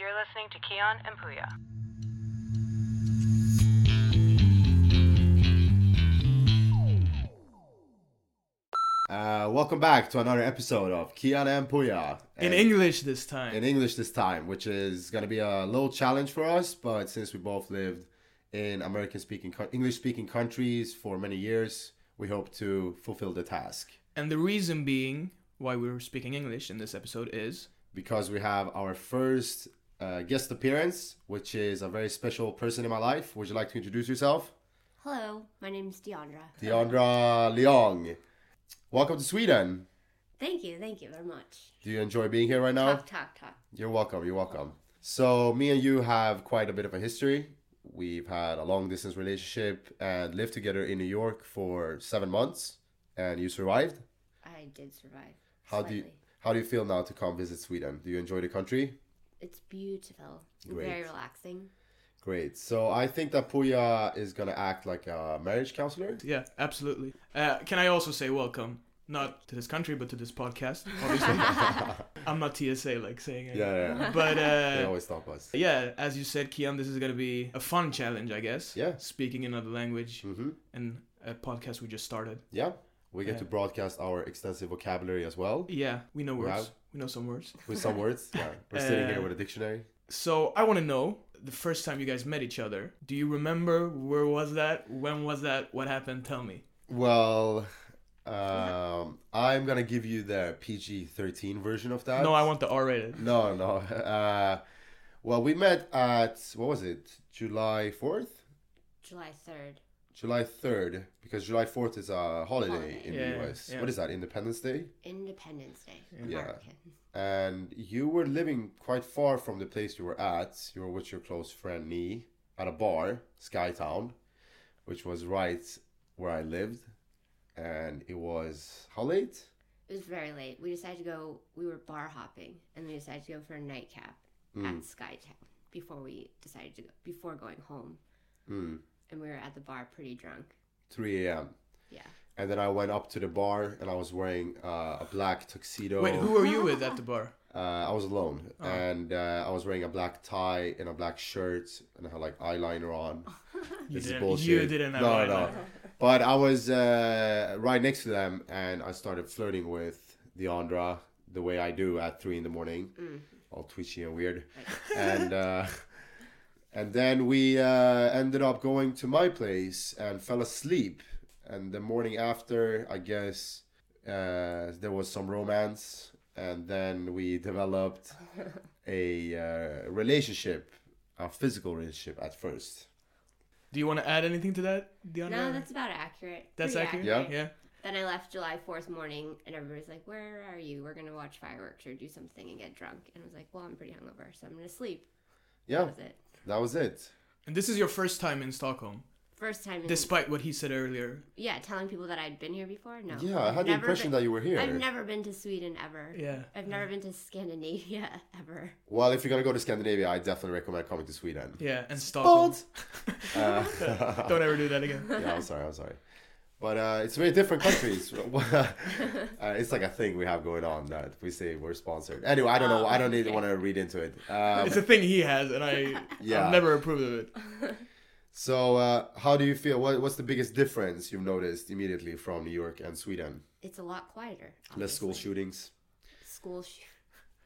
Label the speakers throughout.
Speaker 1: listening to Keon and Puya.
Speaker 2: Uh, welcome back to another episode of Kian and Puya.
Speaker 3: in
Speaker 2: And
Speaker 3: English this time.
Speaker 2: In English this time, which is going to be a little challenge for us, but since we both lived in American speaking, English speaking countries for many years, we hope to fulfill the task
Speaker 3: and the reason being why we're speaking English in this episode is
Speaker 2: because we have our first uh, guest appearance, which is a very special person in my life. Would you like to introduce yourself?
Speaker 4: Hello, my name's Deandra.
Speaker 2: Deandra Leong. Welcome to Sweden.
Speaker 4: Thank you, thank you very much.
Speaker 2: Do you enjoy being here right now?
Speaker 4: Talk, talk, talk.
Speaker 2: You're welcome. You're welcome. So, me and you have quite a bit of a history. We've had a long distance relationship and lived together in New York for seven months, and you survived.
Speaker 4: I did survive.
Speaker 2: How do you
Speaker 4: slightly.
Speaker 2: How do you feel now to come visit Sweden? Do you enjoy the country?
Speaker 4: It's beautiful.
Speaker 2: Great.
Speaker 4: Very relaxing.
Speaker 2: Great. So I think that Puya is gonna act like a marriage counselor.
Speaker 3: yeah, absolutely. Uh, can I also say welcome? Not to this country, but to this podcast. Obviously, I'm not TSA like saying it.
Speaker 2: Yeah, yeah. yeah.
Speaker 3: But
Speaker 2: they
Speaker 3: uh,
Speaker 2: always stop us.
Speaker 3: yeah, as you said, Kian, this is gonna be a fun challenge, I guess.
Speaker 2: Yeah.
Speaker 3: Speaking another language
Speaker 2: Mm-hmm.
Speaker 3: and a podcast we just started.
Speaker 2: Yeah. We get to
Speaker 3: Yeah.
Speaker 2: broadcast our extensive vocabulary as well
Speaker 3: Yeah, we know words.
Speaker 2: Wow.
Speaker 3: We know some words.
Speaker 2: with some words. Yeah. We're sitting here
Speaker 3: Uh,
Speaker 2: with a dictionary.
Speaker 3: So I want to know the first time you guys met each other. Do you remember where was that? When was that? What happened? Tell me.
Speaker 2: Well, um, I'm gonna give you the PG-13 version of that.
Speaker 3: No, I want the R-rated.
Speaker 2: No, no. Uh, well, we met at what was it? July fourth,
Speaker 4: July 3rd.
Speaker 2: July third, because July fourth is a holiday in
Speaker 3: Yeah,
Speaker 2: the US.
Speaker 3: yeah.
Speaker 2: What is that? Independence Day.
Speaker 4: Independence Day.
Speaker 2: Yeah.
Speaker 4: American.
Speaker 2: And you were living quite far from the place you were at. You were with your close friend Nee at a bar, Skytown, which was right where I lived. And it was how late?
Speaker 4: It was very late. We decided to go, we were bar hopping, and we decided to go for a nightcap
Speaker 2: Hmm.
Speaker 4: at Skytown before we decided to go, before going home.
Speaker 2: Mm,
Speaker 4: And we were at the bar pretty drunk.
Speaker 2: 3 a.m.
Speaker 4: Yeah.
Speaker 2: And then I went up to the bar and I was wearing uh, a black tuxedo.
Speaker 3: Wait, who were you with at the bar?
Speaker 2: Uh, I was alone
Speaker 3: Oh.
Speaker 2: and uh, I was wearing a black tie and a black shirt and I had like eyeliner on.
Speaker 3: You
Speaker 2: This is
Speaker 3: didn't.
Speaker 2: bullshit.
Speaker 3: You didn't have
Speaker 2: No,
Speaker 3: eyeliner.
Speaker 2: no. But I was uh, right next to them and I started flirting with Deandra the way I do at three in the morning,
Speaker 4: Mm.
Speaker 2: all twitchy and weird.
Speaker 4: Right.
Speaker 2: and uh, and then we uh, ended up going to my place and fell asleep. And the morning after, I guess uh, there was some romance, and then we developed a uh, relationship, a physical relationship at first.
Speaker 3: Do you want to add anything to that, Deanna?
Speaker 4: no, that's about accurate.
Speaker 3: That's
Speaker 4: Pretty
Speaker 3: accurate.
Speaker 2: accurate.
Speaker 3: Yeah.
Speaker 4: Then I left July 4th morning, and everybody's like, Where are you? We're going to watch fireworks or do something and get drunk. And I was like, Well, I'm pretty hungover, so I'm going to sleep.
Speaker 2: Yeah,
Speaker 4: That was it.
Speaker 2: that was it.
Speaker 3: And this is your first time in Stockholm,
Speaker 4: First time in.
Speaker 3: despite what he said earlier.
Speaker 4: yeah, telling people that I'd been here before? No.
Speaker 2: Yeah, I had the impression that you were here.
Speaker 4: I've never been to Sweden ever.
Speaker 3: Yeah.
Speaker 4: I've never been to Scandinavia ever.
Speaker 2: Well, if you're gonna go to Scandinavia, I definitely recommend coming to Sweden.
Speaker 3: Yeah, and Stockholm.
Speaker 2: Uh,
Speaker 3: Don't ever do that again.
Speaker 2: yeah, I'm sorry, I'm sorry. But uh, it's very different countries. uh, it's like a thing we have going on that we say we're sponsored. Anyway, I don't know. I don't even want to read into it. Um,
Speaker 3: It's a thing he has, and I
Speaker 2: Yeah.
Speaker 3: I've never approved of it.
Speaker 2: so, uh, how do you feel? What, what's the biggest difference you've noticed immediately from New York and Sweden?
Speaker 4: It's a lot quieter.
Speaker 2: Less school
Speaker 4: obviously.
Speaker 2: shootings.
Speaker 4: School shoot.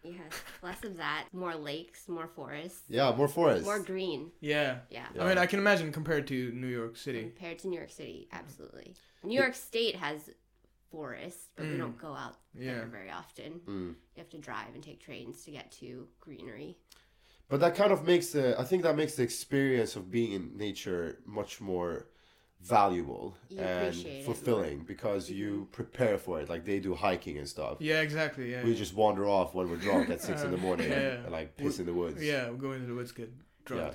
Speaker 4: Yes. Less of that. More lakes, more forests,
Speaker 2: Yeah, more forests.
Speaker 4: more green.
Speaker 3: Yeah.
Speaker 4: Yeah.
Speaker 3: I mean, I can imagine compared to New York City.
Speaker 4: Compared to New York City, absolutely. New York State has forests, but we don't go out
Speaker 3: Mm. Yeah.
Speaker 4: there very often.
Speaker 2: Mm.
Speaker 4: You have to drive and take trains to get to greenery.
Speaker 2: But that kind of makes the. I think that makes the experience of being in nature much more valuable
Speaker 4: You appreciate
Speaker 2: and
Speaker 4: it Mm-hmm.
Speaker 2: fulfilling because you prepare for it. Like they do hiking and stuff.
Speaker 3: Yeah, exactly. Yeah.
Speaker 2: We
Speaker 3: yeah.
Speaker 2: just wander off when we're drunk at six in the morning
Speaker 3: Yeah.
Speaker 2: and like piss in the woods.
Speaker 3: Yeah, we're going to the woods, good. Drunk.
Speaker 2: Yeah.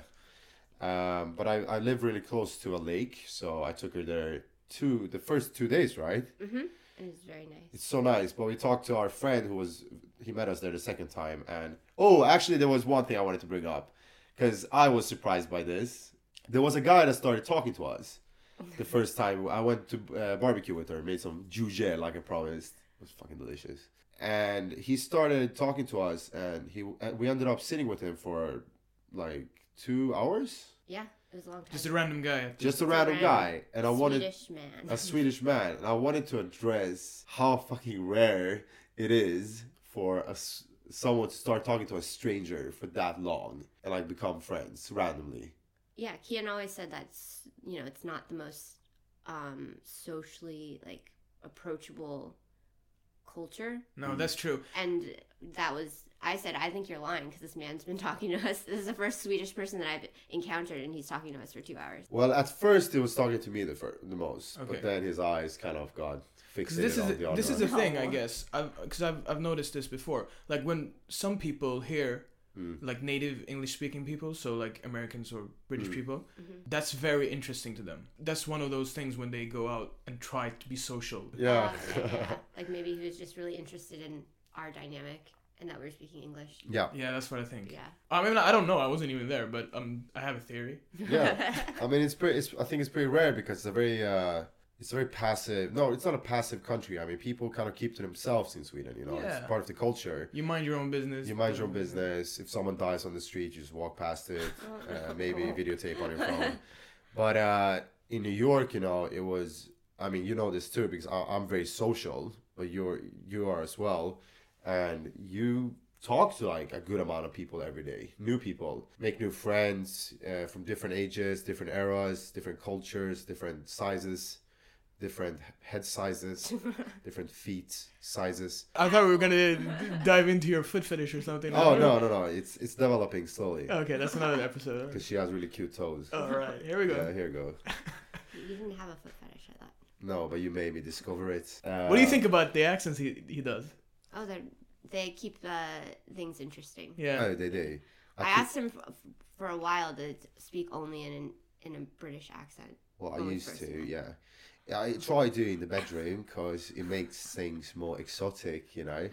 Speaker 2: Um, but I, I live really close to a lake, so I took her there two the first two days, right?
Speaker 4: And it's very nice.
Speaker 2: It's so nice. But we talked to our friend who was he met us there the second time, and oh, actually, there was one thing I wanted to bring up because I was surprised by this. There was a guy that started talking to us the first time I went to uh, barbecue with her, made some jujel like I promised. It was fucking delicious. and he started talking to us, and he and we ended up sitting with him for like two hours.
Speaker 4: Yeah, it was a long time.
Speaker 3: Just a random guy. at the-
Speaker 2: Just a
Speaker 4: It's a
Speaker 2: random
Speaker 4: random
Speaker 2: guy, and I wanted
Speaker 4: Swedish man.
Speaker 2: a Swedish man, and I wanted to address how fucking rare it is for a s- someone to start talking to a stranger for that long and like become friends randomly.
Speaker 4: yeah, Kian always said that's you know it's not the most um, socially like approachable culture,
Speaker 3: No, that's true.
Speaker 4: and that was I said I think you're lying because this man's been talking to us. This is the first Swedish person that I've encountered, and he's talking to us for two hours.
Speaker 2: Well, at first he was talking to me the, fir- the most,
Speaker 3: Okay.
Speaker 2: but then his eyes kind of got fixated
Speaker 3: Because this is
Speaker 2: on
Speaker 3: the,
Speaker 2: the other.
Speaker 3: this is the
Speaker 4: No.
Speaker 3: thing, I guess. Because I've, I've noticed this before. Like when some people here,
Speaker 2: Hmm.
Speaker 3: like native English speaking people, so like Americans or British
Speaker 2: Hmm.
Speaker 3: people, that's very interesting to them. That's one of those things when they go out and try to be social.
Speaker 2: yeah.
Speaker 4: Um, and yeah, like maybe he was just really interested in our dynamic and that we were speaking English.
Speaker 2: yeah,
Speaker 3: Yeah, that's what I think.
Speaker 4: Yeah,
Speaker 3: I mean, I don't know. I wasn't even there, but um, I have a theory.
Speaker 2: yeah. I mean, it's pretty. It's, I think it's pretty rare because it's a very, uh, it's a very passive. No, it's not a passive country. I mean, people kind of keep to themselves in Sweden. You know,
Speaker 3: Yeah.
Speaker 2: it's part of the culture.
Speaker 3: You mind your own business.
Speaker 2: You mind your own business. If someone dies on the street, you just walk past it. Uh, maybe videotape on your phone. But uh, in New York, you know, it was. I mean, you know this too because I, I'm very social, but you're you are as well, and you talk to like a good amount of people every day, new people, make new friends uh, from different ages, different eras, different cultures, different sizes, different head sizes, different feet sizes.
Speaker 3: I thought we were gonna d- dive into your foot fetish or something.
Speaker 2: Oh no no no! It's it's developing slowly.
Speaker 3: Okay, that's another episode.
Speaker 2: Because she has really cute toes.
Speaker 3: All right, here we go.
Speaker 2: Yeah, here you go.
Speaker 4: you didn't have a foot fetish, I thought.
Speaker 2: No, but you made me discover it. Uh,
Speaker 3: What do you think about the accents he he does?
Speaker 4: Oh, they they keep the things interesting.
Speaker 3: Yeah.
Speaker 2: Oh, they do.
Speaker 4: I
Speaker 2: keep-
Speaker 4: asked him f- for a while to speak only in an, in a British accent.
Speaker 2: Well, I
Speaker 4: Oh,
Speaker 2: used
Speaker 4: first.
Speaker 2: to, yeah. Yeah, I try doing the bedroom because it makes things more exotic, you know.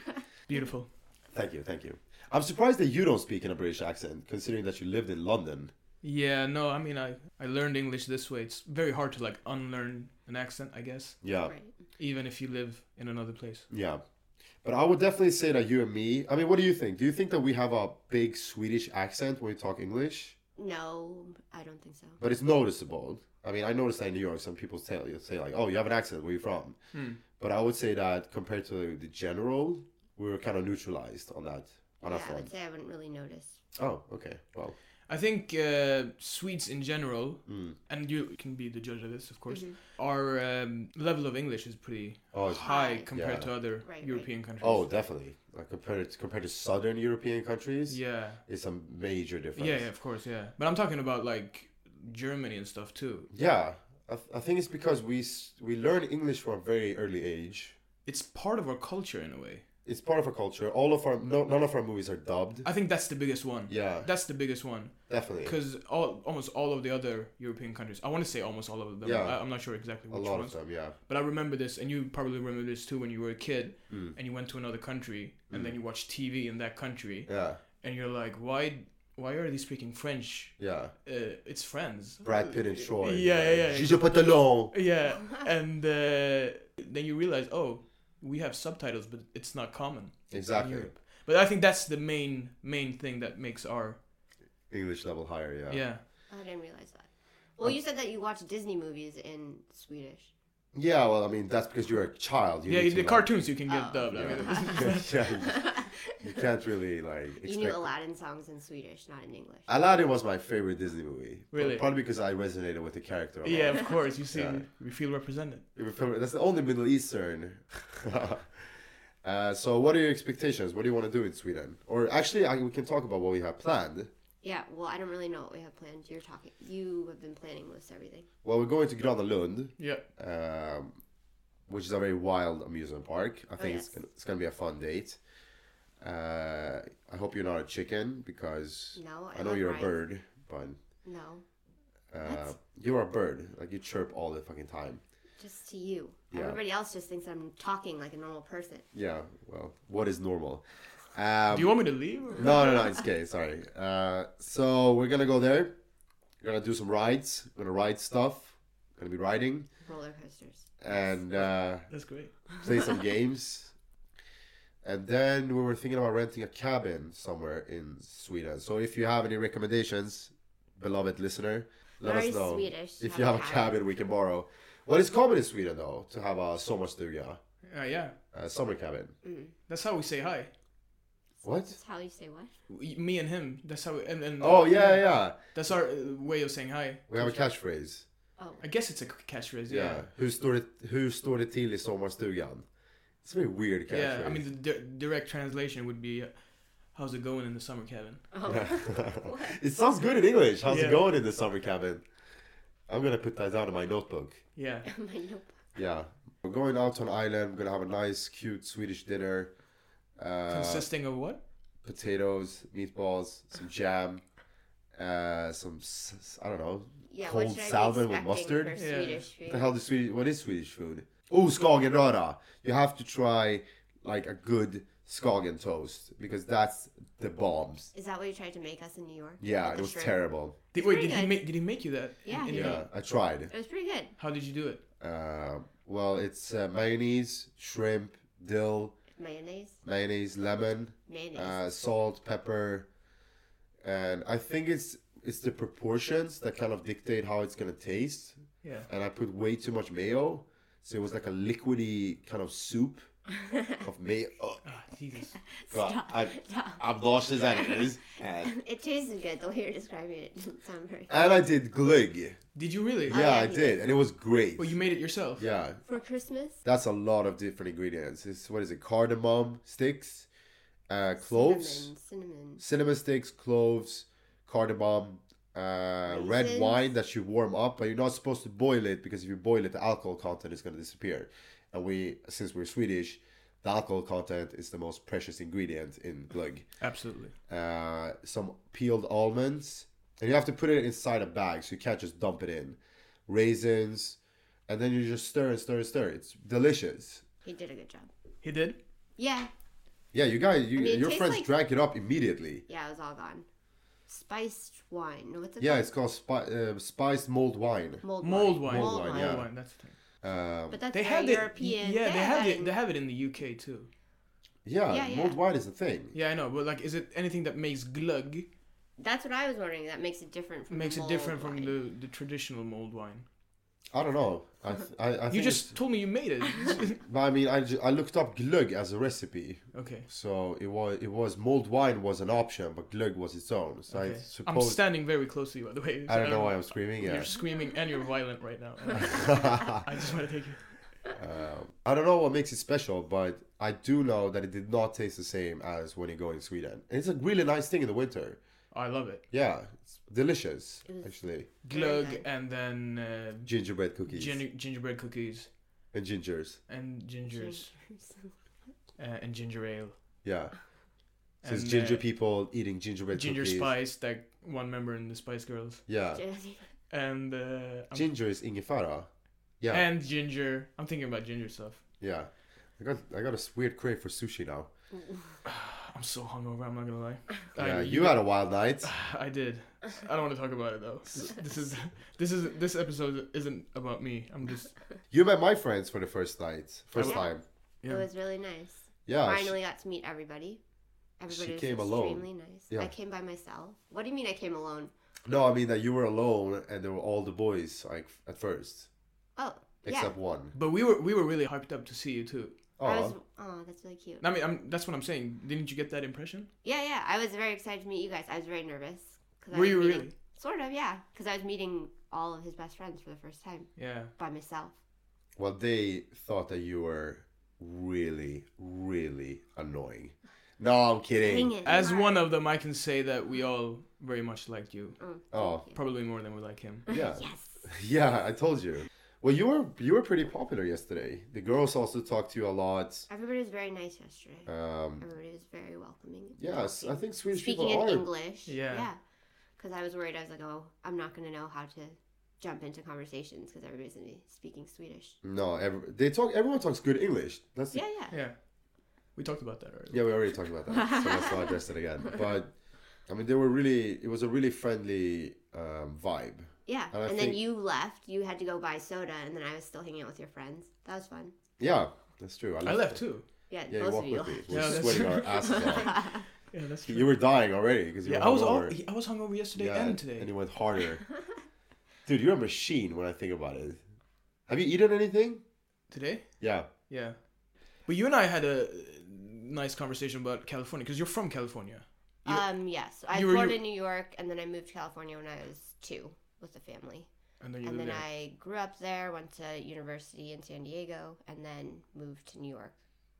Speaker 3: Beautiful.
Speaker 2: Thank you, thank you. I'm surprised that you don't speak in a British accent, considering that you lived in London.
Speaker 3: Yeah, no, I mean, I, I learned English this way. It's very hard to, like, unlearn an accent, I guess,
Speaker 2: Yeah,
Speaker 4: Right.
Speaker 3: even if you live in another place.
Speaker 2: yeah. But I would definitely say that you and me. I mean, what do you think? Do you think that we have a big Swedish accent when we talk English?
Speaker 4: No, I don't think so.
Speaker 2: but it's noticeable. I mean, I noticed that in New York, some people tell you say like, "Oh, you have an accent. Where you from?"
Speaker 3: Hmm.
Speaker 2: But I would say that compared to the general, we were kind of neutralized on that on
Speaker 4: yeah,
Speaker 2: that
Speaker 4: I would
Speaker 2: front.
Speaker 4: say I wouldn't really notice.
Speaker 2: Oh, okay. Well,
Speaker 3: I think uh, Swedes in general,
Speaker 2: Mm.
Speaker 3: and you can be the judge of this, of
Speaker 4: Mm-hmm.
Speaker 3: course, our um, level of English is pretty
Speaker 2: oh, it's-
Speaker 3: high
Speaker 4: High.
Speaker 3: compared
Speaker 2: Yeah.
Speaker 3: to other
Speaker 4: Right,
Speaker 3: European countries.
Speaker 2: oh, definitely. Like compared to, compared to southern European countries,
Speaker 3: yeah.
Speaker 2: it's a major
Speaker 3: Yeah,
Speaker 2: difference.
Speaker 3: yeah, of course, yeah. But I'm talking about, like, Germany and stuff, too.
Speaker 2: Yeah, I, th- I think it's because we s- we learn English from a very early age.
Speaker 3: It's part of our culture in a way.
Speaker 2: It's part of our culture. All of our no, none of our movies are dubbed.
Speaker 3: I think that's the biggest one.
Speaker 2: Yeah,
Speaker 3: That's the biggest one.
Speaker 2: definitely.
Speaker 3: because all, almost all of the other European countries, I want to say almost all of them.
Speaker 2: Yeah.
Speaker 3: I, I'm not sure exactly
Speaker 2: A
Speaker 3: which
Speaker 2: lot of
Speaker 3: ones,
Speaker 2: them. Yeah.
Speaker 3: but I remember this, and you probably remember this too when you were a kid,
Speaker 2: Mm.
Speaker 3: and you went to another country, and then you watched TV in that country,
Speaker 2: Yeah.
Speaker 3: and you're like, why, why are they speaking French?
Speaker 2: Yeah.
Speaker 3: Uh, it's friends.
Speaker 2: Brad Pitt and Troy.
Speaker 3: Yeah, yeah, yeah.
Speaker 2: Gigi Patalon.
Speaker 3: Yeah, and uh, then you realize, oh, we have subtitles, but it's not common in
Speaker 2: Exactly.
Speaker 3: Europe. But I think that's the main main thing that makes our
Speaker 2: English level higher, yeah.
Speaker 3: yeah.
Speaker 4: I didn't realize that.
Speaker 2: Oh.
Speaker 4: Well, you said that you watch Disney movies in Swedish.
Speaker 2: Yeah, well, I mean, that's because you're a child. You
Speaker 3: Yeah,
Speaker 2: need
Speaker 3: the
Speaker 2: to, like-
Speaker 3: cartoons you can get dubbed. I mean,
Speaker 2: Yeah. yeah, you, you can't really, like,
Speaker 4: You knew
Speaker 2: expect.
Speaker 4: Aladdin songs in Swedish, not in English.
Speaker 2: Aladdin was my favorite Disney movie.
Speaker 3: Really?
Speaker 2: Probably because I resonated with the character. a lot.
Speaker 3: Yeah, of course. You see,
Speaker 2: Yeah.
Speaker 3: we feel represented.
Speaker 2: It was probably- That's the only Middle Eastern. uh, so, what are your expectations? What do you want to do in Sweden? Or actually, I, we can talk about what we have planned.
Speaker 4: Yeah, well, I don't really know what we have planned. You're talking. You have been planning most everything.
Speaker 2: Well, we're going to Gröna Lund,
Speaker 3: Yeah,
Speaker 2: um, which is a very wild amusement park. I think it's
Speaker 4: Oh, yes.
Speaker 2: gonna, it's gonna be a fun date. Uh, I hope you're not a chicken because
Speaker 4: No,
Speaker 2: I,
Speaker 4: I
Speaker 2: know
Speaker 4: love
Speaker 2: you're
Speaker 4: mice.
Speaker 2: a bird, but
Speaker 4: No,
Speaker 2: uh, you're a bird. Like you chirp all the fucking time.
Speaker 4: just to you.
Speaker 2: Yeah.
Speaker 4: Everybody else just thinks I'm talking like a normal person.
Speaker 2: Yeah. Well, what is normal? Um,
Speaker 3: Do you want me to leave? Or?
Speaker 2: no, no, no. It's gay. Sorry. Uh, so we're gonna go there. We're gonna do some rides. We're gonna ride stuff. Gonna be riding
Speaker 4: Roller coasters.
Speaker 2: and. Uh,
Speaker 3: That's great.
Speaker 2: play some games. And then we were thinking about renting a cabin somewhere in Sweden. So if you have any recommendations, beloved listener, let
Speaker 4: Very
Speaker 2: us know.
Speaker 4: Swedish,
Speaker 2: if you have a cabin we can borrow. Well, it's common in Sweden though to have a sommarstuga,
Speaker 3: Uh, yeah,
Speaker 2: a summer cabin.
Speaker 3: that's how we say hi.
Speaker 2: What?
Speaker 4: Mm. That's how you say what?
Speaker 3: We- Me and him. That's how. And, and
Speaker 2: Oh yeah, yeah.
Speaker 3: That's our uh, way of saying hi.
Speaker 2: We have a catchphrase.
Speaker 4: Oh,
Speaker 3: I guess it's a c- catchphrase.
Speaker 2: Yeah.
Speaker 3: Yeah.
Speaker 2: Who står det, who står det till i sommarstugan? It's a very weird
Speaker 3: Yeah.
Speaker 2: catchphrase.
Speaker 3: I mean, the di- direct translation would be, uh, "How's it going in the summer cabin?"
Speaker 4: oh.
Speaker 2: it sounds good in English. How's
Speaker 3: Yeah.
Speaker 2: it going in the summer cabin? I'm gonna put that down in my notebook.
Speaker 3: Yeah.
Speaker 4: my notebook.
Speaker 2: Yeah. We're going out to an island. We're gonna have a nice, cute Swedish dinner. Uh,
Speaker 3: Consisting of what?
Speaker 2: potatoes, meatballs, some jam, uh, some s- s- I don't know.
Speaker 4: Yeah,
Speaker 2: Cold
Speaker 4: what should
Speaker 2: salmon
Speaker 4: I
Speaker 2: with
Speaker 4: be expecting
Speaker 2: mustard?
Speaker 4: For
Speaker 3: Yeah.
Speaker 4: Swedish
Speaker 2: What the
Speaker 4: food?
Speaker 2: hell is Swedish? What is Swedish food? Oh, skagenröra. You have to try like a good skagen toast because that's the bombs.
Speaker 4: Is that what you tried to make us in New York?
Speaker 2: Yeah,
Speaker 4: With
Speaker 2: it
Speaker 4: the
Speaker 2: was
Speaker 4: shrimp?
Speaker 2: terrible.
Speaker 3: Did, wait,
Speaker 4: pretty
Speaker 3: did he
Speaker 4: good.
Speaker 3: make? Did he make you that?
Speaker 4: Yeah, he
Speaker 2: Yeah,
Speaker 4: Yeah.
Speaker 2: I tried.
Speaker 4: It was pretty good.
Speaker 3: How did you do it?
Speaker 2: Uh, well, it's uh, mayonnaise, shrimp, dill,
Speaker 4: Mayonnaise,
Speaker 2: mayonnaise, lemon.
Speaker 4: mayonnaise.
Speaker 2: uh, salt, pepper, and I think it's it's the proportions that kind of dictate how it's gonna taste.
Speaker 3: Yeah.
Speaker 2: And I put way too much mayo, so it was like a liquidy kind of soup of mayo. Oh,
Speaker 3: Ah, Jesus.
Speaker 2: God,
Speaker 4: Stop.
Speaker 2: I,
Speaker 4: Stop.
Speaker 2: I'm nauseous anyways. And,
Speaker 4: It tasted good the way you're describing it. It sounded very-
Speaker 2: and I did glögg.
Speaker 3: Did you really?
Speaker 4: Oh,
Speaker 2: Yeah,
Speaker 4: yeah,
Speaker 2: I
Speaker 4: you
Speaker 2: did, and it was great.
Speaker 3: Well, you made it yourself.
Speaker 2: yeah,
Speaker 4: For Christmas,
Speaker 2: that's a lot of different ingredients. It's what is it? Cardamom sticks, uh, cloves.
Speaker 4: cinnamon, cinnamon.
Speaker 2: cinnamon sticks, cloves, cardamom, uh, red
Speaker 4: Raisins.
Speaker 2: wine that you warm up, but you're not supposed to boil it because if you boil it, the alcohol content is going to disappear. And we, since we're Swedish, the alcohol content is the most precious ingredient in glögg.
Speaker 3: Absolutely.
Speaker 2: Uh, some peeled almonds, and you have to put it inside a bag, so you can't just dump it in. Raisins, and then you just stir and stir and stir. It's delicious.
Speaker 4: He did a good job.
Speaker 3: He did.
Speaker 4: Yeah,
Speaker 2: Yeah, you guys, you,
Speaker 4: I mean, it
Speaker 2: your
Speaker 4: tastes
Speaker 2: friends
Speaker 4: like-
Speaker 2: drank it up immediately.
Speaker 4: yeah, it was all gone. Spiced wine. What's it
Speaker 2: Yeah,
Speaker 4: called?
Speaker 2: it's called spi- uh, spiced mulled wine.
Speaker 4: mold,
Speaker 3: Mold wine.
Speaker 2: Mold wine, yeah.
Speaker 3: Mold wine. That's the thing.
Speaker 2: Um,
Speaker 4: But that's
Speaker 3: They
Speaker 4: they
Speaker 3: have it.
Speaker 4: European.
Speaker 3: Yeah, they have
Speaker 4: that
Speaker 3: it.
Speaker 4: in-
Speaker 3: They have it in the UK too.
Speaker 2: yeah,
Speaker 4: Yeah,
Speaker 2: mulled
Speaker 4: yeah.
Speaker 2: wine is a thing.
Speaker 3: Yeah, I know. But like, is it anything that makes glug
Speaker 4: That's what I was wondering. That makes it different from
Speaker 3: makes
Speaker 4: the
Speaker 3: it different
Speaker 4: mold
Speaker 3: from
Speaker 4: wine.
Speaker 3: the the traditional mold wine?
Speaker 2: I don't know. I, th- I, I think
Speaker 3: You just told me you made it.
Speaker 2: it's- But I mean, I, ju- I looked up glögg as a recipe,
Speaker 3: okay.
Speaker 2: so it was it was mulled wine was an option, but glögg was its own. So I
Speaker 3: okay. I'm
Speaker 2: suppose
Speaker 3: standing very close to you, by the way.
Speaker 2: I don't know why
Speaker 3: Um,
Speaker 2: I'm screaming.
Speaker 3: You're
Speaker 2: Yeah,
Speaker 3: screaming and you're violent right now. I just want to take you.
Speaker 2: um, I don't know what makes it special, but I do know that it did not taste the same as when you go in Sweden. And it's a really nice thing in the winter.
Speaker 3: Oh, I love it.
Speaker 2: Yeah, it's delicious
Speaker 4: It was-
Speaker 2: actually.
Speaker 4: Very
Speaker 3: Glug
Speaker 4: nice.
Speaker 3: and then uh,
Speaker 2: Gingerbread cookies
Speaker 3: gin- gingerbread cookies
Speaker 2: and gingers.
Speaker 3: and gingers uh, and ginger ale.
Speaker 2: Yeah. Since
Speaker 3: And,
Speaker 2: ginger
Speaker 3: uh,
Speaker 2: people eating gingerbread
Speaker 3: Ginger
Speaker 2: cookies.
Speaker 3: Spice, that one member in the Spice Girls,
Speaker 2: Yeah.
Speaker 3: and uh, I'm-
Speaker 2: Ginger is ingefära. Yeah.
Speaker 3: and ginger. I'm thinking about ginger stuff.
Speaker 2: yeah. I got I got a weird crave for sushi now.
Speaker 3: I'm so hungover. I'm not gonna lie.
Speaker 2: yeah,
Speaker 3: I,
Speaker 2: you had a wild night.
Speaker 3: I did. I don't want to talk about it though. This- This is this is this episode isn't about me. I'm just
Speaker 2: You met my friends for the first night. First
Speaker 4: Yeah.
Speaker 2: time.
Speaker 4: It
Speaker 3: yeah.
Speaker 4: was really nice.
Speaker 2: Yeah. sh-
Speaker 4: Finally got to meet everybody. Everybody was
Speaker 2: Oh, came alone.
Speaker 4: extremely nice.
Speaker 2: Yeah.
Speaker 4: I came by myself. What do you mean I came alone?
Speaker 2: No, I mean that you were alone and there were all the boys like at first.
Speaker 4: Oh,
Speaker 2: Except one.
Speaker 3: But we were we were really hyped up to see you too.
Speaker 2: Oh.
Speaker 4: yeah. I was, oh, that's really cute.
Speaker 3: I mean, I'm, that's what I'm saying. Didn't you get that impression?
Speaker 4: Yeah, yeah. I was very excited to meet you guys. I was very nervous. 'cause I
Speaker 3: Were
Speaker 4: was
Speaker 3: you
Speaker 4: meeting-
Speaker 3: really?
Speaker 4: Sort of, yeah. Because I was meeting all of his best friends for the first time
Speaker 3: Yeah.
Speaker 4: by myself.
Speaker 2: Well, they thought that you were really, really annoying. No, I'm kidding.
Speaker 4: Dang it.
Speaker 3: As
Speaker 4: you are-
Speaker 3: one of them, I can say that we all very much liked you.
Speaker 4: Oh.
Speaker 2: Oh.
Speaker 4: thank
Speaker 3: Probably more than we like him.
Speaker 4: you.
Speaker 2: Yeah.
Speaker 4: Yes.
Speaker 2: Yeah, I told you. Well, you were you were pretty popular yesterday. The girls also talked to you a lot.
Speaker 4: Everybody was very nice yesterday.
Speaker 2: Um,
Speaker 4: Everybody was very welcoming.
Speaker 2: yes, I think Swedish
Speaker 4: Speaking
Speaker 2: people
Speaker 4: in
Speaker 2: are.
Speaker 4: English.
Speaker 3: Yeah.
Speaker 4: Yeah. Because I was worried. I was like, oh, I'm not going to know how to jump into conversations because everybody's going to be speaking Swedish.
Speaker 2: No, every, they talk. Everyone talks good English. That's yeah.
Speaker 4: Yeah, yeah.
Speaker 3: Yeah. We talked about that earlier.
Speaker 2: yeah we already talked about that, so let's not address it again. But I mean, they were really. It was a really friendly um, vibe.
Speaker 4: Yeah.
Speaker 2: And I
Speaker 4: And, then
Speaker 2: think-
Speaker 4: you left. You had to go buy soda, and then I was still hanging out with your friends. That was fun.
Speaker 2: Yeah, that's true.
Speaker 3: I left too.
Speaker 4: Yeah,
Speaker 2: Yeah, you
Speaker 4: both
Speaker 2: walk
Speaker 4: of you.
Speaker 2: with me. We're
Speaker 3: Yeah, that's
Speaker 2: sweating
Speaker 3: true.
Speaker 2: our asses off.
Speaker 3: Yeah, that's
Speaker 2: You were dying already because you
Speaker 3: yeah,
Speaker 2: were
Speaker 3: I was all,
Speaker 2: hungover.
Speaker 3: I was hungover yesterday
Speaker 2: Yeah,
Speaker 3: and today.
Speaker 2: And you went harder. Dude, you're a machine when I think about it. Have you eaten anything?
Speaker 3: Today?
Speaker 2: Yeah.
Speaker 3: Yeah. But you and I had a uh, nice conversation about California because you're from California. You-
Speaker 4: um, yes, I
Speaker 3: you were-
Speaker 4: was born
Speaker 3: you-
Speaker 4: in New York, and then I moved to California when I was two with the family.
Speaker 3: And then you
Speaker 4: And
Speaker 3: lived
Speaker 4: then
Speaker 3: there.
Speaker 4: I grew up there, went to university in San Diego, and then moved to New York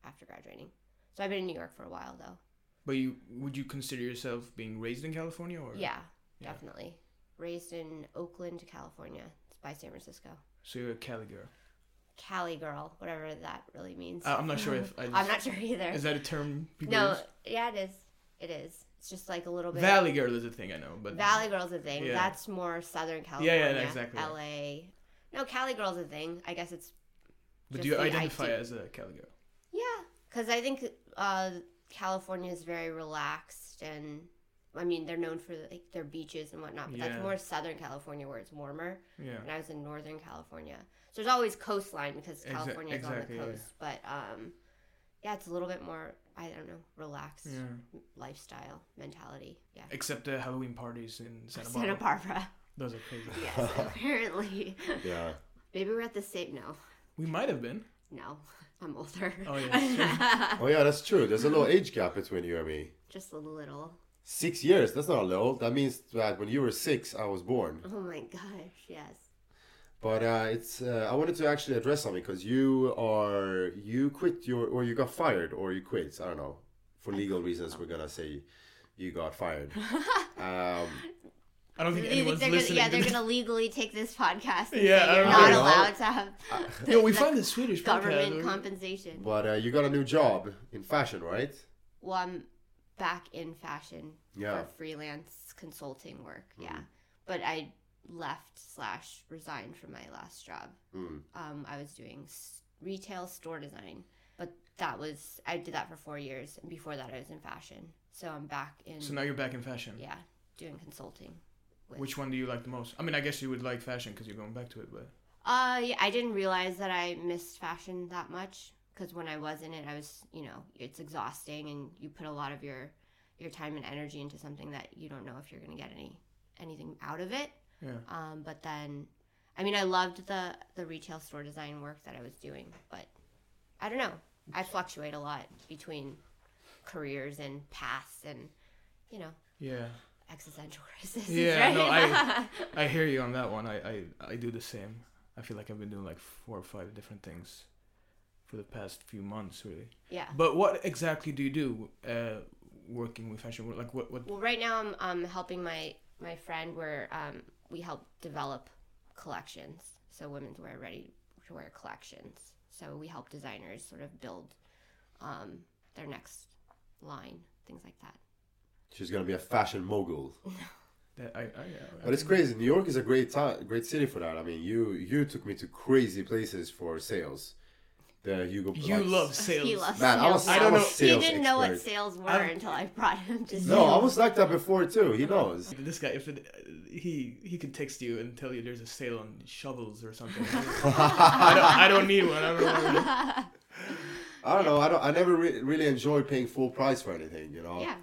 Speaker 4: after graduating. So I've been in New York for a while, though.
Speaker 3: But you would you consider yourself being raised in California or
Speaker 4: Yeah,
Speaker 3: Yeah.
Speaker 4: definitely. Raised in Oakland, California. It's by San Francisco.
Speaker 3: So you're a Cali girl.
Speaker 4: Cali girl, whatever that really means.
Speaker 3: Uh, I'm not sure if I
Speaker 4: I'm not sure either.
Speaker 3: Is that a term people
Speaker 4: no,
Speaker 3: use?
Speaker 4: yeah, it is. It is. It's just like a little bit.
Speaker 3: Valley girl is a thing I know, but
Speaker 4: Valley girl's a thing.
Speaker 3: Yeah.
Speaker 4: That's more Southern
Speaker 3: yeah,
Speaker 4: California.
Speaker 3: yeah, exactly.
Speaker 4: LA. No, Cali girl's a thing. I guess it's
Speaker 3: but
Speaker 4: just
Speaker 3: do you
Speaker 4: the
Speaker 3: identify
Speaker 4: IT.
Speaker 3: as a Cali girl?
Speaker 4: Yeah, because I think uh, California is very relaxed, and I mean they're known for like their beaches and whatnot. But
Speaker 3: Yeah.
Speaker 4: that's more Southern California where it's warmer.
Speaker 3: Yeah.
Speaker 4: And I was in Northern California, so there's always coastline because
Speaker 3: Exa-
Speaker 4: California is
Speaker 3: exactly, yeah.
Speaker 4: on the coast. But um, yeah, it's a little bit more I don't know relaxed
Speaker 3: Yeah.
Speaker 4: lifestyle mentality. Yeah,
Speaker 3: Except the Halloween parties in Santa Barbara.
Speaker 4: Santa Barbara.
Speaker 3: Those are crazy.
Speaker 4: yes, apparently.
Speaker 2: Yeah.
Speaker 4: Maybe we're at the same. No,
Speaker 3: We might have been.
Speaker 4: no, I'm older.
Speaker 3: Oh, yeah,
Speaker 2: Oh, yeah, that's true. There's a little age gap between you and me.
Speaker 4: Just a little.
Speaker 2: Six years. That's not a little. That means that when you were six, I was born.
Speaker 4: Oh my gosh, yes.
Speaker 2: But uh, it's uh, I wanted to actually address something because you are you quit your or you got fired or you quit. I don't know. For legal reasons, we're gonna say you got fired. um,
Speaker 3: I don't think
Speaker 4: Do you think
Speaker 3: anyone's
Speaker 4: they're gonna,
Speaker 3: listening.
Speaker 4: yeah,
Speaker 3: to
Speaker 4: they're
Speaker 3: this.
Speaker 4: gonna legally take this podcast. And
Speaker 3: Yeah,
Speaker 4: say
Speaker 3: I
Speaker 4: you're
Speaker 3: don't
Speaker 4: not
Speaker 2: know.
Speaker 4: allowed to have
Speaker 3: Yo, we
Speaker 4: the
Speaker 3: find the Swedish
Speaker 4: government
Speaker 3: podcast.
Speaker 4: compensation.
Speaker 2: but uh, you got a new job in fashion, right?
Speaker 4: Well, I'm back in fashion
Speaker 2: Yeah.
Speaker 4: for freelance consulting work.
Speaker 3: Mm-hmm.
Speaker 4: Yeah, but I left slash resigned from my last job.
Speaker 2: Mm.
Speaker 4: Um, I was doing s- retail store design, but that was I did that for four years, and before that I was in fashion. So I'm back in
Speaker 3: So now you're back in fashion.
Speaker 4: yeah doing consulting. with-
Speaker 3: Which one do you like the most? I mean, I guess you would like fashion because you're going back to it, but
Speaker 4: Uh, yeah, I didn't realize that I missed fashion that much because when I was in it, I was, you know, it's exhausting, and you put a lot of your your time and energy into something that you don't know if you're gonna get any anything out of it.
Speaker 3: yeah.
Speaker 4: Um, but then, I mean, I loved the the retail store design work that I was doing, but I don't know. I fluctuate a lot between careers and paths and you know
Speaker 3: Yeah.
Speaker 4: existential crisis.
Speaker 3: Yeah,
Speaker 4: right?
Speaker 3: no, I- I hear you on that one. I, I, I do the same. I feel like I've been doing like four or five different things for the past few months, really.
Speaker 4: yeah.
Speaker 3: But what exactly do you do uh, working with fashion? Like, what, what?
Speaker 4: Well, right now I'm um, helping my my friend where um, we help develop collections, so women's wear ready to wear collections. So we help designers sort of build um, their next line, things like that.
Speaker 2: She's gonna be a fashion mogul.
Speaker 3: That I, I, I,
Speaker 2: But it's crazy. New York is a great town, great city for that. I mean, you you took me to crazy places for sales. The Hugo.
Speaker 3: You
Speaker 2: like,
Speaker 3: love sales.
Speaker 4: He loves
Speaker 2: Man, I
Speaker 4: sales.
Speaker 2: was,
Speaker 3: I
Speaker 2: I
Speaker 3: don't
Speaker 2: was
Speaker 3: know-
Speaker 4: He
Speaker 2: sales
Speaker 4: didn't know what
Speaker 2: expert.
Speaker 4: sales were
Speaker 3: I'm-
Speaker 4: until I brought him to
Speaker 2: No, I
Speaker 4: sales.
Speaker 2: was like that before too. He knows.
Speaker 3: This guy, if it, he he could text you and tell you there's a sale on shovels or something. I don't, I don't need one. I don't know. what it
Speaker 2: I don't know. I don't. I never re- really enjoy paying full price for anything. You know.
Speaker 4: yeah,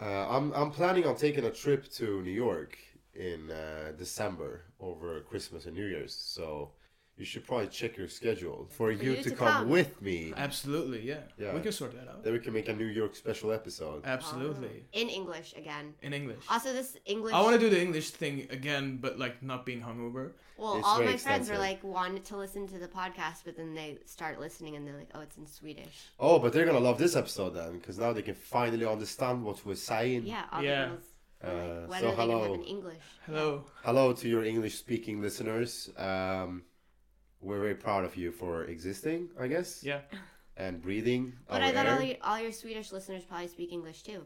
Speaker 2: Uh, I'm I'm planning on taking a trip to New York in uh, December over Christmas and New Year's. So you should probably check your schedule for you
Speaker 4: you
Speaker 2: to
Speaker 4: to
Speaker 2: come,
Speaker 4: come.
Speaker 2: with me.
Speaker 3: is. Absolutely, yeah.
Speaker 2: Yeah.
Speaker 3: We can sort that out.
Speaker 2: Then we can make a New York special episode.
Speaker 3: Absolutely.
Speaker 4: in English again.
Speaker 3: In English.
Speaker 4: Also, this English.
Speaker 3: I want to do the English thing again, but like not being hungover.
Speaker 4: Well,
Speaker 2: It's
Speaker 4: all
Speaker 2: very
Speaker 4: my friends
Speaker 2: extensive.
Speaker 4: are like wanted to listen to the podcast, but then they start listening and they're like, "Oh, it's in Swedish."
Speaker 2: Oh, but they're gonna love this episode then, because now they can finally understand what we're saying.
Speaker 4: Yeah, all
Speaker 3: Yeah.
Speaker 4: yeah. girls. were
Speaker 2: Uh,
Speaker 4: like, when
Speaker 2: so
Speaker 4: are they gonna have
Speaker 2: hello.
Speaker 4: an English?
Speaker 3: Hello.
Speaker 2: Hello to your English-speaking listeners. Um, we're very proud of you for existing, I guess,
Speaker 3: Yeah.
Speaker 2: and breathing.
Speaker 4: But
Speaker 2: our
Speaker 4: I thought
Speaker 2: air.
Speaker 4: all your, all your Swedish listeners probably speak English too,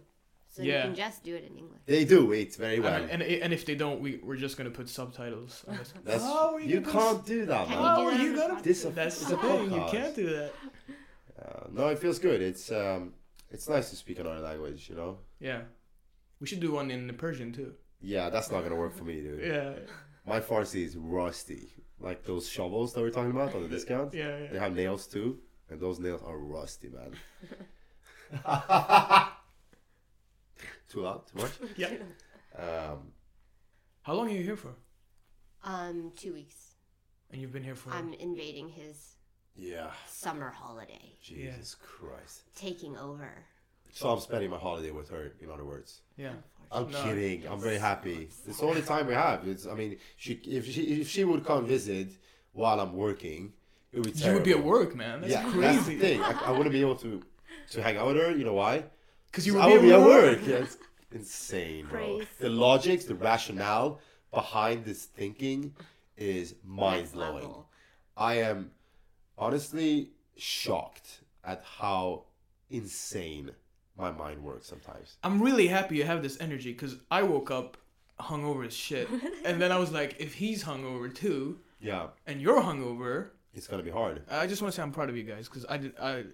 Speaker 4: so
Speaker 3: Yeah.
Speaker 4: you can just do it in English.
Speaker 2: They do it very
Speaker 3: I
Speaker 2: well.
Speaker 3: mean, and and if they don't, we we're just gonna put subtitles. on this.
Speaker 2: That's
Speaker 3: How are
Speaker 2: you
Speaker 3: gonna-
Speaker 2: can't Oh, do that,
Speaker 4: Can
Speaker 2: man.
Speaker 4: you do
Speaker 3: How are
Speaker 4: that
Speaker 3: you
Speaker 4: on
Speaker 3: gonna?
Speaker 4: the
Speaker 2: This is-
Speaker 3: That's
Speaker 2: it's
Speaker 3: the
Speaker 2: a
Speaker 3: thing. You
Speaker 2: podcast.
Speaker 3: can't do that.
Speaker 2: Uh, no, it feels good. It's um, it's nice to speak another language, you know.
Speaker 3: Yeah. We should do one in Persian too.
Speaker 2: Yeah, that's not gonna work for me, dude.
Speaker 3: Yeah.
Speaker 2: My Farsi is rusty, like those shovels that we're talking about on the discount.
Speaker 3: Yeah.
Speaker 2: They
Speaker 3: yeah.
Speaker 2: have nails too, And those nails are rusty, man. too loud? Too much?
Speaker 3: Yeah.
Speaker 2: Um,
Speaker 3: How long are you here for?
Speaker 4: Um, two weeks.
Speaker 3: And you've been here for.
Speaker 4: I'm invading his
Speaker 2: yeah.
Speaker 4: summer holiday,
Speaker 2: Jesus Christ.
Speaker 4: taking over.
Speaker 2: So I'm spending my holiday with her, in other words.
Speaker 3: yeah.
Speaker 2: I'm
Speaker 3: No.
Speaker 2: kidding. I'm very happy. It's the only time we have. It's. I mean, she if she if she would come visit while I'm working, it would. Be
Speaker 3: You would be at
Speaker 2: terrible.
Speaker 3: work, man. That's
Speaker 2: yeah, that's the
Speaker 3: crazy.
Speaker 2: thing. I, I wouldn't be able to to hang out with her. You know why?
Speaker 3: Because you would
Speaker 2: I
Speaker 3: be,
Speaker 2: would be at work.
Speaker 3: work.
Speaker 2: Yeah, it's insane, bro.
Speaker 4: Crazy.
Speaker 2: The logics, the rationale behind this thinking is mind
Speaker 4: Next
Speaker 2: blowing.
Speaker 4: level.
Speaker 2: I am honestly shocked at how insane my mind works sometimes.
Speaker 3: I'm really happy you have this energy because I woke up hungover as shit. and then I was like, if he's hungover too,
Speaker 2: Yeah,
Speaker 3: and you're hungover,
Speaker 2: it's gonna be hard.
Speaker 3: I just want to say I'm proud of you guys because I did I,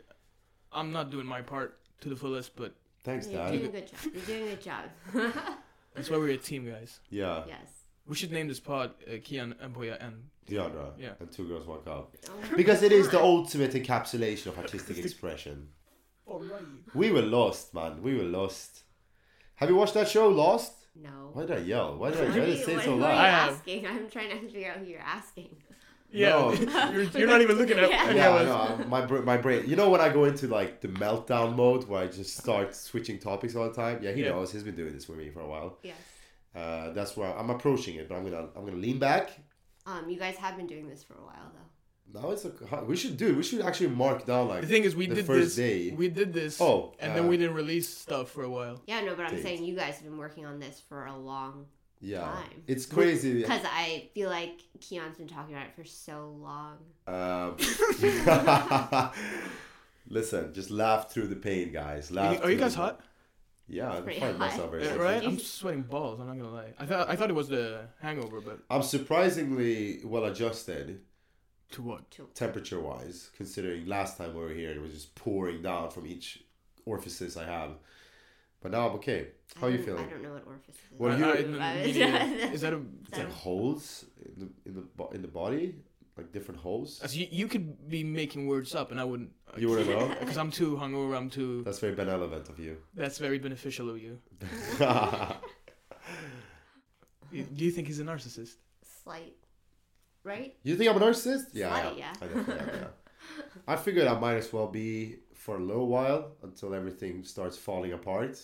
Speaker 3: I'm not doing my part to the fullest, but
Speaker 2: Thanks,
Speaker 4: You're doing a
Speaker 2: Dad.
Speaker 4: good job. You're doing a good job.
Speaker 3: that's why we're a team, guys.
Speaker 2: Yeah.
Speaker 4: yes.
Speaker 3: We should name this pod uh, Kian and Boya and
Speaker 2: Deandra
Speaker 3: Yeah.
Speaker 2: and Two Girls One Cup.
Speaker 4: Oh,
Speaker 2: Because it is the ultimate encapsulation of artistic expression.
Speaker 3: Oh,
Speaker 2: We were lost, man. We were lost. Have you watched that show, Lost?
Speaker 4: no.
Speaker 2: Why did I yell? Why did I,
Speaker 4: What
Speaker 2: try
Speaker 4: are
Speaker 2: to
Speaker 4: you-
Speaker 2: say
Speaker 4: what-
Speaker 2: so
Speaker 4: who are you
Speaker 2: loud?
Speaker 3: I have-
Speaker 4: asking? I'm trying to figure out who you're asking.
Speaker 3: Yeah,
Speaker 2: No.
Speaker 3: you're, you're not even looking at.
Speaker 4: Yeah.
Speaker 3: Yeah,
Speaker 2: Yeah, I know. My, br- my brain. You know when I go into like the meltdown mode where I just start switching topics all the time? Yeah, he
Speaker 3: Yeah.
Speaker 2: knows. He's been doing this with me for a while.
Speaker 4: Yes.
Speaker 2: Uh, that's where I'm approaching it, but I'm gonna I'm gonna lean back.
Speaker 4: Um, you guys have been doing this for a while though.
Speaker 2: Now it's a we should do. We should actually mark down like
Speaker 3: The thing is, we
Speaker 2: the
Speaker 3: did
Speaker 2: first
Speaker 3: this.
Speaker 2: day.
Speaker 3: We did this.
Speaker 2: Oh,
Speaker 3: and
Speaker 2: uh,
Speaker 3: then we didn't release stuff for a while.
Speaker 4: Yeah, no, but I'm
Speaker 2: Date.
Speaker 4: saying you guys have been working on this for a long
Speaker 2: yeah.
Speaker 4: time.
Speaker 2: It's crazy.
Speaker 4: because I feel like Keon's been talking about it for so long.
Speaker 2: Um, listen, just laugh through the pain, guys.
Speaker 3: Are
Speaker 2: Laugh.
Speaker 3: you, are you
Speaker 2: through
Speaker 3: guys
Speaker 2: the-
Speaker 3: hot?
Speaker 2: Yeah, I
Speaker 4: pretty
Speaker 2: find
Speaker 4: hot.
Speaker 2: myself very
Speaker 4: Yeah,
Speaker 3: Uh,
Speaker 2: sexy.
Speaker 3: right? I'm sweating balls. I'm not gonna lie. I thought I thought it was the hangover, but
Speaker 2: I'm surprisingly well adjusted
Speaker 3: to what?
Speaker 2: temperature wise, considering last time we were here it was just pouring down from each orifice I have. But now I'm okay. How
Speaker 4: Mm, I
Speaker 2: are you
Speaker 4: don't-
Speaker 2: feeling?
Speaker 4: I don't know what orifice is.
Speaker 2: Well,
Speaker 3: I-
Speaker 2: you-
Speaker 3: I- no, no, me neither. is that a?
Speaker 2: It's like holes in the in the bo- in the body, like different holes.
Speaker 3: so you, you could be making words up, and I wouldn't. uh,
Speaker 2: You wouldn't know.
Speaker 3: Because I'm too hungover. I'm too.
Speaker 2: That's very benevolent of you.
Speaker 3: That's very beneficial of you. You- Do you think he's a narcissist?
Speaker 4: Slight, right?
Speaker 2: You think I'm a narcissist? Yeah, I
Speaker 4: Slight,
Speaker 2: am.
Speaker 4: yeah.
Speaker 2: I definitely am, yeah. I figured I might as well be for a little while until everything starts falling apart.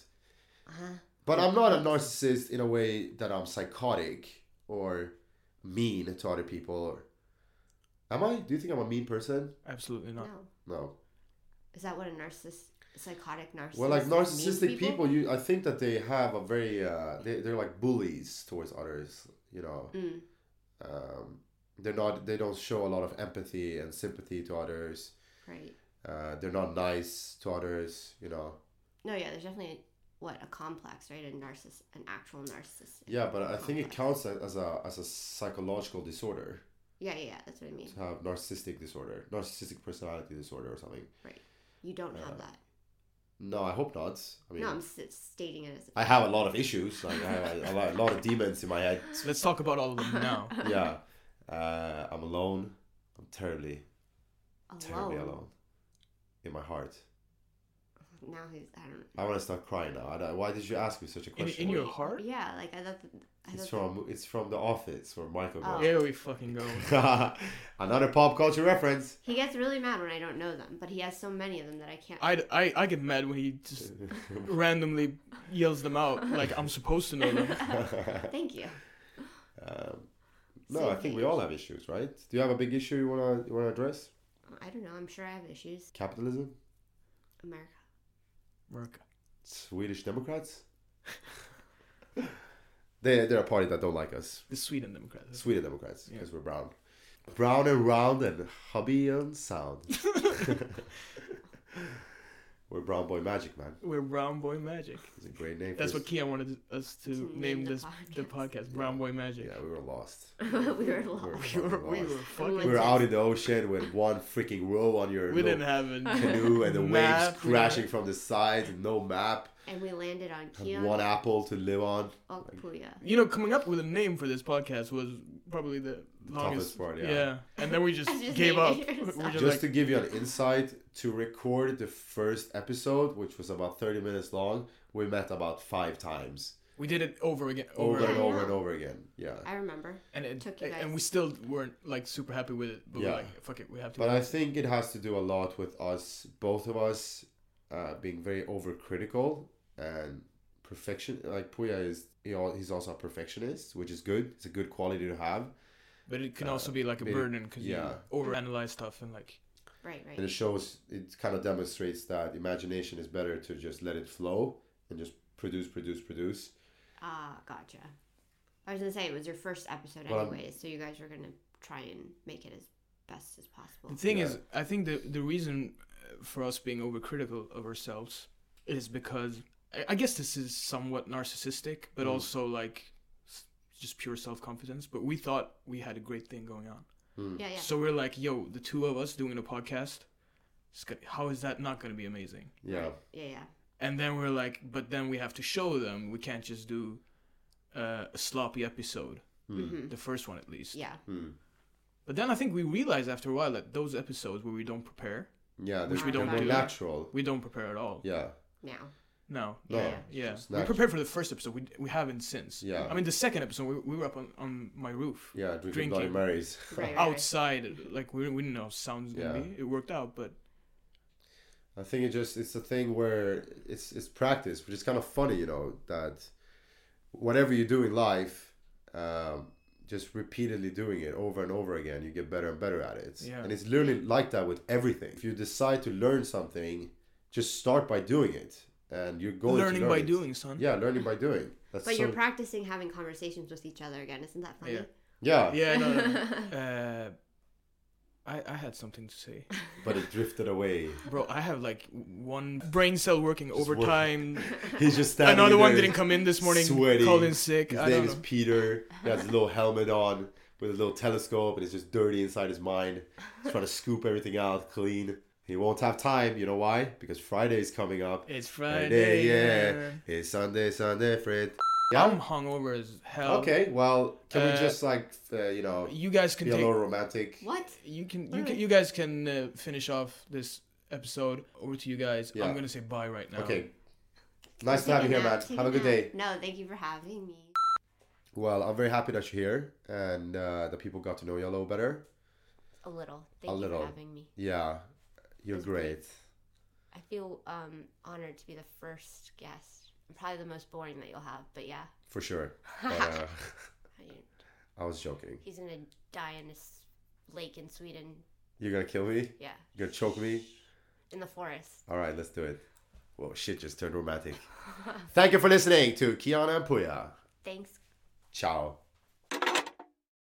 Speaker 4: Uh-huh.
Speaker 2: But I'm not a narcissist in a way that I'm psychotic or mean to other people. Or... Am I? Do you think I'm a mean person?
Speaker 3: Absolutely not.
Speaker 4: No,
Speaker 2: No.
Speaker 4: is that what a narcissist, psychotic narcissist?
Speaker 2: Well, like
Speaker 4: means
Speaker 2: narcissistic people, you I think that they have a very uh, they they're like bullies towards others. You know,
Speaker 4: Mm.
Speaker 2: um, they're not they don't show a lot of empathy and sympathy to others.
Speaker 4: Right.
Speaker 2: Uh, they're not nice to others. You know.
Speaker 4: No, yeah. There's definitely what a complex, right? A narciss, an actual narcissist.
Speaker 2: Yeah, but I think it counts
Speaker 4: complex.
Speaker 2: a- as a as a psychological disorder
Speaker 4: Yeah, yeah, yeah. That's what I mean.
Speaker 2: to have narcissistic disorder, narcissistic personality disorder or something.
Speaker 4: You don't have
Speaker 2: Uh,
Speaker 4: that.
Speaker 2: No, I hope not. I mean,
Speaker 4: No, I'm s- stating it as. a
Speaker 2: I have a lot of issues. Like I have a, a, lot, a lot of demons in my head.
Speaker 3: Let's talk about all of them now.
Speaker 2: Yeah, uh, I'm alone. I'm terribly, terribly alone in my heart.
Speaker 4: Now he's. I don't.
Speaker 2: I want to start crying now. I don't, why did you ask me such a
Speaker 3: In,
Speaker 2: question?
Speaker 3: in your heart?
Speaker 4: Yeah, like I thought. That, I
Speaker 2: It's
Speaker 4: thought
Speaker 2: from it's from the office where Michael
Speaker 4: Oh.
Speaker 2: goes.
Speaker 3: Here we fucking go.
Speaker 2: Another pop culture reference.
Speaker 4: He gets really mad when I don't know them, but he has so many of them that I can't.
Speaker 3: I, I, I get mad when he just randomly yells them out like I'm supposed to know them.
Speaker 4: Thank you.
Speaker 2: Um, no, I think we all have issues, right? Do you have a big issue you wanna you wanna address?
Speaker 4: I don't know. I'm sure I have issues.
Speaker 2: Capitalism,
Speaker 4: America.
Speaker 3: America.
Speaker 2: Swedish Democrats. they they're a party that don't like us.
Speaker 3: The Sweden Democrats.
Speaker 2: Swedish Democrats
Speaker 3: Yeah.
Speaker 2: because we're brown, brown and round and hubby and sound. we're brown boy magic, man.
Speaker 3: We're Brown Boy Magic.
Speaker 2: It's a great name. for
Speaker 3: That's
Speaker 2: us.
Speaker 3: what Kian wanted us to
Speaker 4: To
Speaker 3: name,
Speaker 4: name the
Speaker 3: this the podcast Brown Boy Magic.
Speaker 2: Yeah, we were lost.
Speaker 4: we were
Speaker 2: We were,
Speaker 4: lost.
Speaker 3: We, were,
Speaker 2: fucking
Speaker 3: we were
Speaker 2: lost.
Speaker 3: fucking.
Speaker 2: We were out in the ocean with one freaking row on your
Speaker 3: we
Speaker 2: little
Speaker 3: didn't have a
Speaker 2: canoe and the
Speaker 3: map,
Speaker 2: waves
Speaker 3: we didn't-
Speaker 2: crashing from the sides, and no map.
Speaker 4: And we landed on
Speaker 2: Have
Speaker 4: Keon
Speaker 2: one apple to live on.
Speaker 4: Okpuya.
Speaker 3: You know, coming up with a name for this podcast was probably the
Speaker 2: toughest
Speaker 3: longest
Speaker 2: part, yeah.
Speaker 3: And then we just,
Speaker 4: I just
Speaker 3: gave
Speaker 4: named
Speaker 3: up.
Speaker 4: it
Speaker 3: We
Speaker 4: yourself.
Speaker 3: were just
Speaker 2: Just
Speaker 3: like,
Speaker 2: to give you an insight, to record the first episode, which was about 30 minutes long, we met about five times.
Speaker 3: We did it over again,
Speaker 2: Over
Speaker 3: over,
Speaker 2: and
Speaker 4: Yeah.
Speaker 2: over and over again. Yeah.
Speaker 4: I remember.
Speaker 3: and it,
Speaker 4: Took you
Speaker 3: and
Speaker 4: guys-
Speaker 3: we still weren't like super happy with it. But
Speaker 2: Yeah.
Speaker 3: we're like, fuck it, we have to.
Speaker 2: But
Speaker 3: do
Speaker 2: I
Speaker 3: it."
Speaker 2: think it has to do a lot with us, both of us, uh, being very overcritical and perfection. Like Puya is, he al- he's also a perfectionist, which is good. It's a good quality to have,
Speaker 3: but it can
Speaker 2: uh,
Speaker 3: also be like a
Speaker 2: bit-
Speaker 3: burden because
Speaker 2: yeah.
Speaker 3: you overanalyze stuff and like
Speaker 4: Right, right.
Speaker 2: and it shows. It kind of demonstrates that imagination is better to just let it flow and just produce, produce, produce.
Speaker 4: Ah, gotcha. I was gonna say it was your first episode
Speaker 2: Well, I'm-
Speaker 4: anyway, so you guys were gonna try and make it as best as possible.
Speaker 3: The thing
Speaker 2: Yeah.
Speaker 3: is, I think the the reason uh, for us being overcritical of ourselves is because I, I guess this is somewhat narcissistic, but
Speaker 2: Mm.
Speaker 3: also like s- just pure self confidence. But we thought we had a great thing going on,
Speaker 2: Mm.
Speaker 4: Yeah, yeah.
Speaker 3: so we're like, "Yo, the two of us doing a podcast, it's go- how is that not going to be amazing?"
Speaker 2: Yeah,
Speaker 4: yeah, yeah.
Speaker 3: And then we're like, "But then we have to show them. We can't just do uh, a sloppy episode,
Speaker 4: hmm
Speaker 3: the first one at least."
Speaker 4: Yeah.
Speaker 2: mm.
Speaker 3: But then I think we realized after a while that those episodes where we don't prepare,
Speaker 2: yeah.
Speaker 4: Which
Speaker 2: They're,
Speaker 4: we
Speaker 2: they're
Speaker 4: don't
Speaker 2: more
Speaker 4: do.
Speaker 2: natural.
Speaker 3: we don't prepare at all.
Speaker 2: Yeah,
Speaker 4: Now.
Speaker 3: No,
Speaker 2: no,
Speaker 4: Yeah.
Speaker 3: Yeah,
Speaker 2: Just
Speaker 3: we
Speaker 2: natu-
Speaker 3: prepared for the first episode. We, we haven't since.
Speaker 2: Yeah.
Speaker 3: I mean, the second episode, we, we were up on, on my roof
Speaker 2: yeah. Drinking,
Speaker 3: Drinking.
Speaker 2: Bloody Marys.
Speaker 4: Right, right.
Speaker 3: outside. Like we, we didn't know how sounds gonna
Speaker 2: Yeah.
Speaker 3: be. It worked out, but
Speaker 2: I think it just it's a thing where it's it's practice, which is kind of funny, you know, that whatever you do in life, um, just repeatedly doing it over and over again, you get better and better at it.
Speaker 3: Yeah.
Speaker 2: And it's literally like that with everything. If you decide to learn something, just start by doing it, and you're going to
Speaker 3: learning
Speaker 2: learn
Speaker 3: by
Speaker 2: it.
Speaker 3: doing, son.
Speaker 2: Yeah, learning by doing. That's
Speaker 4: But
Speaker 2: so,
Speaker 4: you're practicing having conversations with each other again. Isn't that funny?
Speaker 3: Yeah.
Speaker 2: yeah,
Speaker 3: Yeah. No, no, no. uh, I I had something to say,
Speaker 2: but it drifted away.
Speaker 3: bro. I have like one brain cell working
Speaker 2: Just working.
Speaker 3: overtime.
Speaker 2: He's just standing.
Speaker 3: Another one
Speaker 2: there,
Speaker 3: didn't come in this morning.
Speaker 2: sweating.
Speaker 3: Called in sick.
Speaker 2: His
Speaker 3: I
Speaker 2: name
Speaker 3: don't
Speaker 2: is
Speaker 3: know.
Speaker 2: Peter. He has a little helmet on with a little telescope, and it's just dirty inside his mind. He's trying to scoop everything out clean. He won't have time. You know why? Because Friday is coming up.
Speaker 3: It's
Speaker 2: Friday,
Speaker 3: Friday.
Speaker 2: yeah. It's Sunday, Sunday, Fred.
Speaker 3: I'm
Speaker 2: Yeah.
Speaker 3: hungover as hell.
Speaker 2: Okay. Well, can we
Speaker 3: um, Uh,
Speaker 2: just like uh, you know
Speaker 3: You guys can
Speaker 2: be a
Speaker 3: take
Speaker 2: little romantic?
Speaker 4: What?
Speaker 3: you can you,
Speaker 4: Alright.
Speaker 3: can, you guys can uh, finish off this episode over to you guys
Speaker 2: Yeah.
Speaker 3: i'm gonna say bye right now
Speaker 2: Okay. Nice to have you
Speaker 4: Take a
Speaker 2: here,
Speaker 4: nap,
Speaker 2: Matt.
Speaker 4: take a
Speaker 2: Have a good
Speaker 4: nap.
Speaker 2: day.
Speaker 4: No, thank you for having me.
Speaker 2: Well, I'm very happy that you're here and uh, that people got to know you a little better.
Speaker 4: A little. Thank you
Speaker 2: little.
Speaker 4: for having me.
Speaker 2: Yeah, you're
Speaker 4: That's great.
Speaker 2: great.
Speaker 4: I feel um honored to be the first guest. Probably the most boring that you'll have, but yeah.
Speaker 2: For sure. But, uh, I was joking.
Speaker 4: He's gonna die in this lake in Sweden.
Speaker 2: You're gonna kill me?
Speaker 4: Yeah.
Speaker 2: You're gonna choke me?
Speaker 4: In the forest.
Speaker 2: Alright, let's do it. Whoa, shit just turned romantic. Thank you for listening to Kiana and Puya.
Speaker 4: Thanks,
Speaker 2: Ciao.